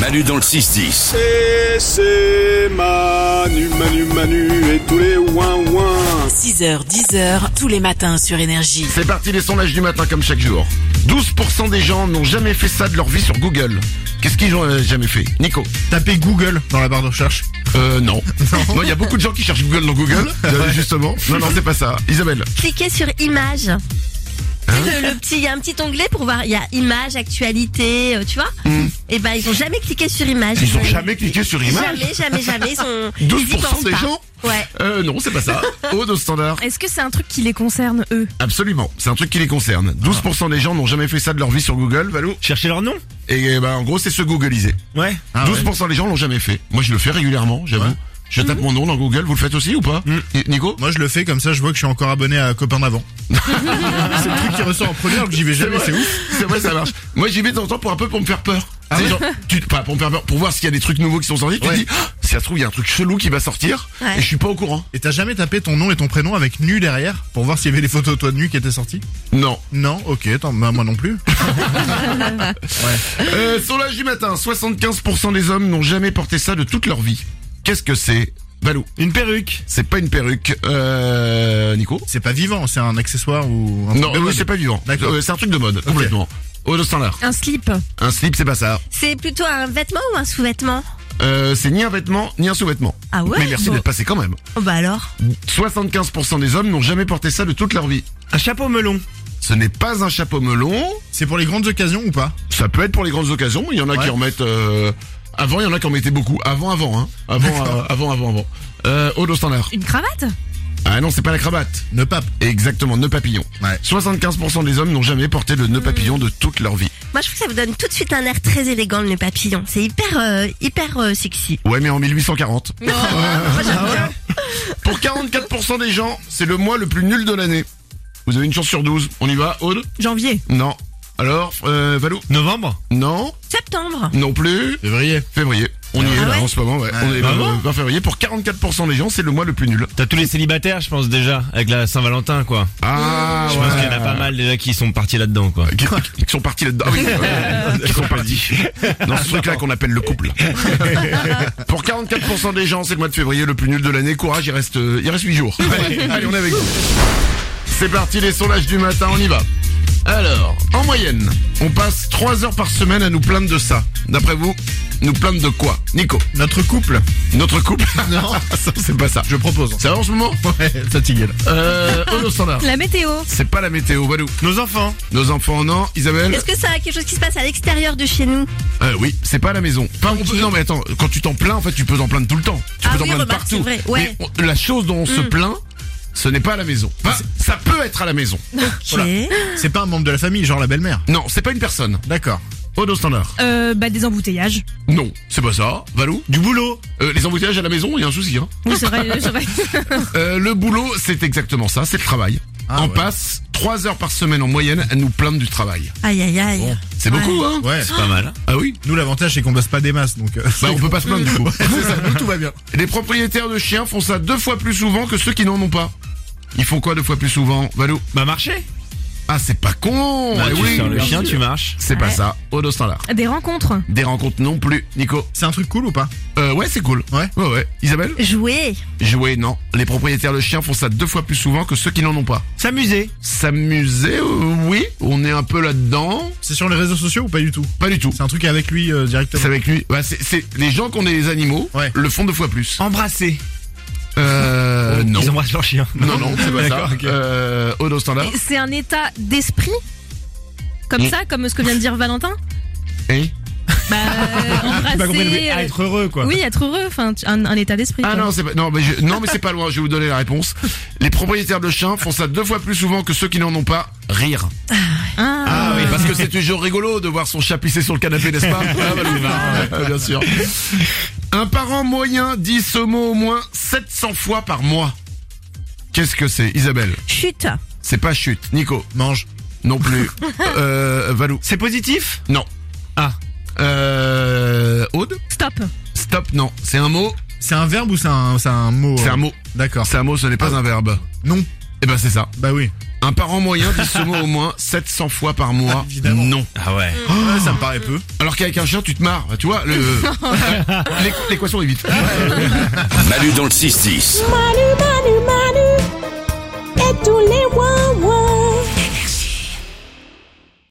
Manu dans le 6-10. Et c'est Manu, Manu, Manu et tous les ouin ouin. 6h, 10h, tous les matins sur Énergie. C'est parti les sondages du matin comme chaque jour. 12% des gens n'ont jamais fait ça de leur vie sur Google. Qu'est-ce qu'ils ont euh, jamais fait Nico Tapez Google dans la barre de recherche. Euh non. Non, il y a beaucoup de gens qui cherchent Google dans Google, euh, justement. Non, non, c'est pas ça. Isabelle Cliquez sur images. Hein le, le petit, il y a un petit onglet pour voir, il y a images, actualité, euh, tu vois. Et ben ils ont jamais cliqué sur images. Hmm. Ils ont jamais cliqué sur image Jamais, jamais, jamais. Ils sont. ils y 12% pensent des pas. gens Ouais. Euh non, c'est pas ça. Aude au standard Est-ce que c'est un truc qui les concerne, eux Ah. Absolument, c'est un truc qui les concerne. 12% des gens n'ont jamais fait ça de leur vie sur Google, Valou. Cherchez leur nom Et euh, bah, en gros, c'est se googliser. Ouais. Ah 12% des gens l'ont jamais fait. Moi, je le fais régulièrement, j'avoue. Je tape mon nom dans Google, vous le faites aussi ou pas Et- Nico Mhm. Mm. Moi je le fais comme ça, je vois que je suis encore abonné à Copain d'avant. c'est le truc qui ressort en premier alors que j'y vais jamais, c'est ouf. C'est vrai, ça marche. Moi, j'y vais de temps en temps pour un peu pour me faire peur. C'est genre, tu, pas pour me faire peur, pour voir s'il y a des trucs nouveaux qui sont sortis. Ah Ouais. Tu te dis, Ah, si ça se trouve, il y a un truc chelou qui va sortir Ouais. et je suis pas au courant. Et t'as jamais tapé ton nom et ton prénom avec nu derrière pour voir s'il y avait les photos de toi de nu qui étaient sorties Non. Non, ok, attends, bah, moi non plus. Euh, sondage du matin, 75% des hommes n'ont jamais porté ça de toute leur vie. Qu'est-ce que c'est Balou, Une perruque. c'est pas une perruque. Euh, Nico C'est pas vivant, c'est un accessoire ou un truc Non, de euh, mode. c'est pas vivant. D'accord. Euh, c'est un truc de mode, complètement. Au standard. Un slip Un slip, c'est pas ça. C'est plutôt un vêtement ou un sous-vêtement Euh, c'est ni un vêtement, ni un sous-vêtement. Ah ouais Mais merci Bon. d'être passé quand même. Oh, Bah alors. 75% des hommes n'ont jamais porté ça de toute leur vie. Un chapeau melon. Ce n'est pas un chapeau melon. C'est pour les grandes occasions ou pas Ça peut être pour les grandes occasions. mais Il y en a Ouais. qui en mettent. euh, Avant, il y en a qui en mettaient beaucoup. Avant, avant, hein. Avant, euh, avant, avant, avant. Euh, Odo standard. Une cravate Ah non, c'est pas la cravate. Ne pas. Exactement, nœud papillon. Ouais. 75% des hommes n'ont jamais porté de nœud papillon de toute leur vie. Moi je trouve que ça vous donne tout de suite un air très élégant le papillon. C'est hyper, euh, hyper euh, sexy. Ouais, mais en 1840. Oh. Moi, Ah j'aime bien. Pour 44% des gens, c'est le mois le plus nul de l'année. Vous avez une chance sur 12. On y va, Aude Janvier Non. Alors, euh, Valou Novembre. Non. Septembre. Non plus. Février. Février. On y est Ah là ouais en ce moment, ouais. Ouais. On est Ah le bon 20 février. Pour 44% des gens, c'est le mois le plus nul. T'as tous les célibataires, je pense déjà, avec la Saint-Valentin, quoi. Ah, Mmh. Je pense qu'il y en a pas mal déjà qui sont partis là-dedans, quoi. Qui, qui- qui sont partis là-dedans. Ah oui, euh, qui sont partis. Dans ce truc-là qu'on appelle le couple. Pour 44% des gens, c'est le mois de février, le plus nul de l'année. Courage, il reste, euh, il reste 8 jours. Allez, allez, on est avec vous. C'est parti, les sondages du matin, on y va. Alors, en moyenne, on passe 3 heures par semaine à nous plaindre de ça. D'après vous, nous plaindre de quoi Nico, Notre couple. notre couple Non, ça, c'est pas ça. Je propose. C'est en ce moment Ouais, fatigué là. Euh, Ono standard. La météo C'est pas la météo, Balou. Nos enfants. Nos enfants, non. Isabelle Est-ce que ça a quelque chose qui se passe à l'extérieur de chez nous Euh, oui, c'est pas à la maison. Enfin, on peut- non, mais attends, quand tu t'en plains, en fait, tu peux t'en plaindre tout le temps. Tu Ah peux t'en oui, plaindre remarque, partout. c'est vrai, ouais. Mais on- la chose dont on Mm. se plaint, ce n'est pas à la maison. Enfin, Ah. ça peut être à la maison. Ok. C'est pas un membre de la famille, genre la belle-mère. Non, c'est pas une personne. D'accord. Odo standard. euh, Bah des embouteillages Non, c'est pas ça. Valou Du boulot. Euh, Les embouteillages à la maison, il y a un souci. Hein. Oui c'est vrai, c'est vrai. Euh, le boulot, c'est exactement ça, c'est le travail. Ah, on ouais. passe 3 heures par semaine en moyenne à nous plaindre du travail. Aïe aïe aïe. C'est beaucoup, hein Ah Ouais. C'est pas mal. Ah oui Nous, l'avantage, c'est qu'on bosse pas des masses, donc. euh, Bah, on peut pas se plaindre du coup. c'est ça, nous, tout va bien. Les propriétaires de chiens font ça deux fois plus souvent que ceux qui n'en ont pas. Ils font quoi deux fois plus souvent, Valou Bah, marcher. Ah, c'est pas con Bah, eh tu oui, sors le bien chien, sûr. tu marches. C'est pas ça, au dos standard. Des rencontres Des rencontres non plus, Nico. C'est un truc cool ou pas Euh, ouais, c'est cool. Ouais. Ouais, ouais. Isabelle Jouer. Jouer, non. Les propriétaires de chiens font ça deux fois plus souvent que ceux qui n'en ont pas. S'amuser. S'amuser, euh, oui, on est un peu là-dedans. C'est sur les réseaux sociaux ou pas du tout Pas du tout. C'est un truc avec lui euh, directement. C'est avec lui. Bah, c'est, c'est- les gens qui ont des animaux Ouais. le font deux fois plus. Embrasser. Euh, non. Ils embrassent leur chien. Non, non, c'est pas ça. D'accord, ok. Euh, au dos standard. C'est un état d'esprit Comme Mm. ça, comme ce que vient de dire Valentin Eh Bah euh, J'ai pas compris, mais embrasser à euh, être heureux quoi. Oui être heureux, enfin tu- un, un état d'esprit Ah quoi. non, c'est pas, non, mais je- non, mais c'est pas loin, je vais vous donner la réponse. Les propriétaires de chiens font ça deux fois plus souvent que ceux qui n'en ont pas. Rire. Ah. Ah oui, parce que c'est toujours rigolo de voir son chat pisser sur le canapé, n'est-ce pas Ah, bah, oui, bah, ouais, Bien sûr. Un parent moyen dit ce mot au moins 700 fois par mois. Qu'est-ce que c'est, Isabelle Chute. C'est pas chute. Nico Mange. Non plus. Euh, Valou C'est positif Non. Ah. Euh, Aude Stop Stop, non. C'est un mot C'est un verbe ou c'est un, c'est un mot C'est euh, un mot. D'accord. Ah. C'est un mot, ce n'est pas un verbe. Non. Eh ben, c'est ça. Bah oui. Un parent moyen dit ce mot au moins 700 fois par mois. Évidemment. Non. Ah ouais. Ouais, ça me paraît peu. Alors qu'avec un chien, tu te marres. Tu vois, le- l'équ- l'équation est vite. Manu dans le 6-10. Manu, Manu.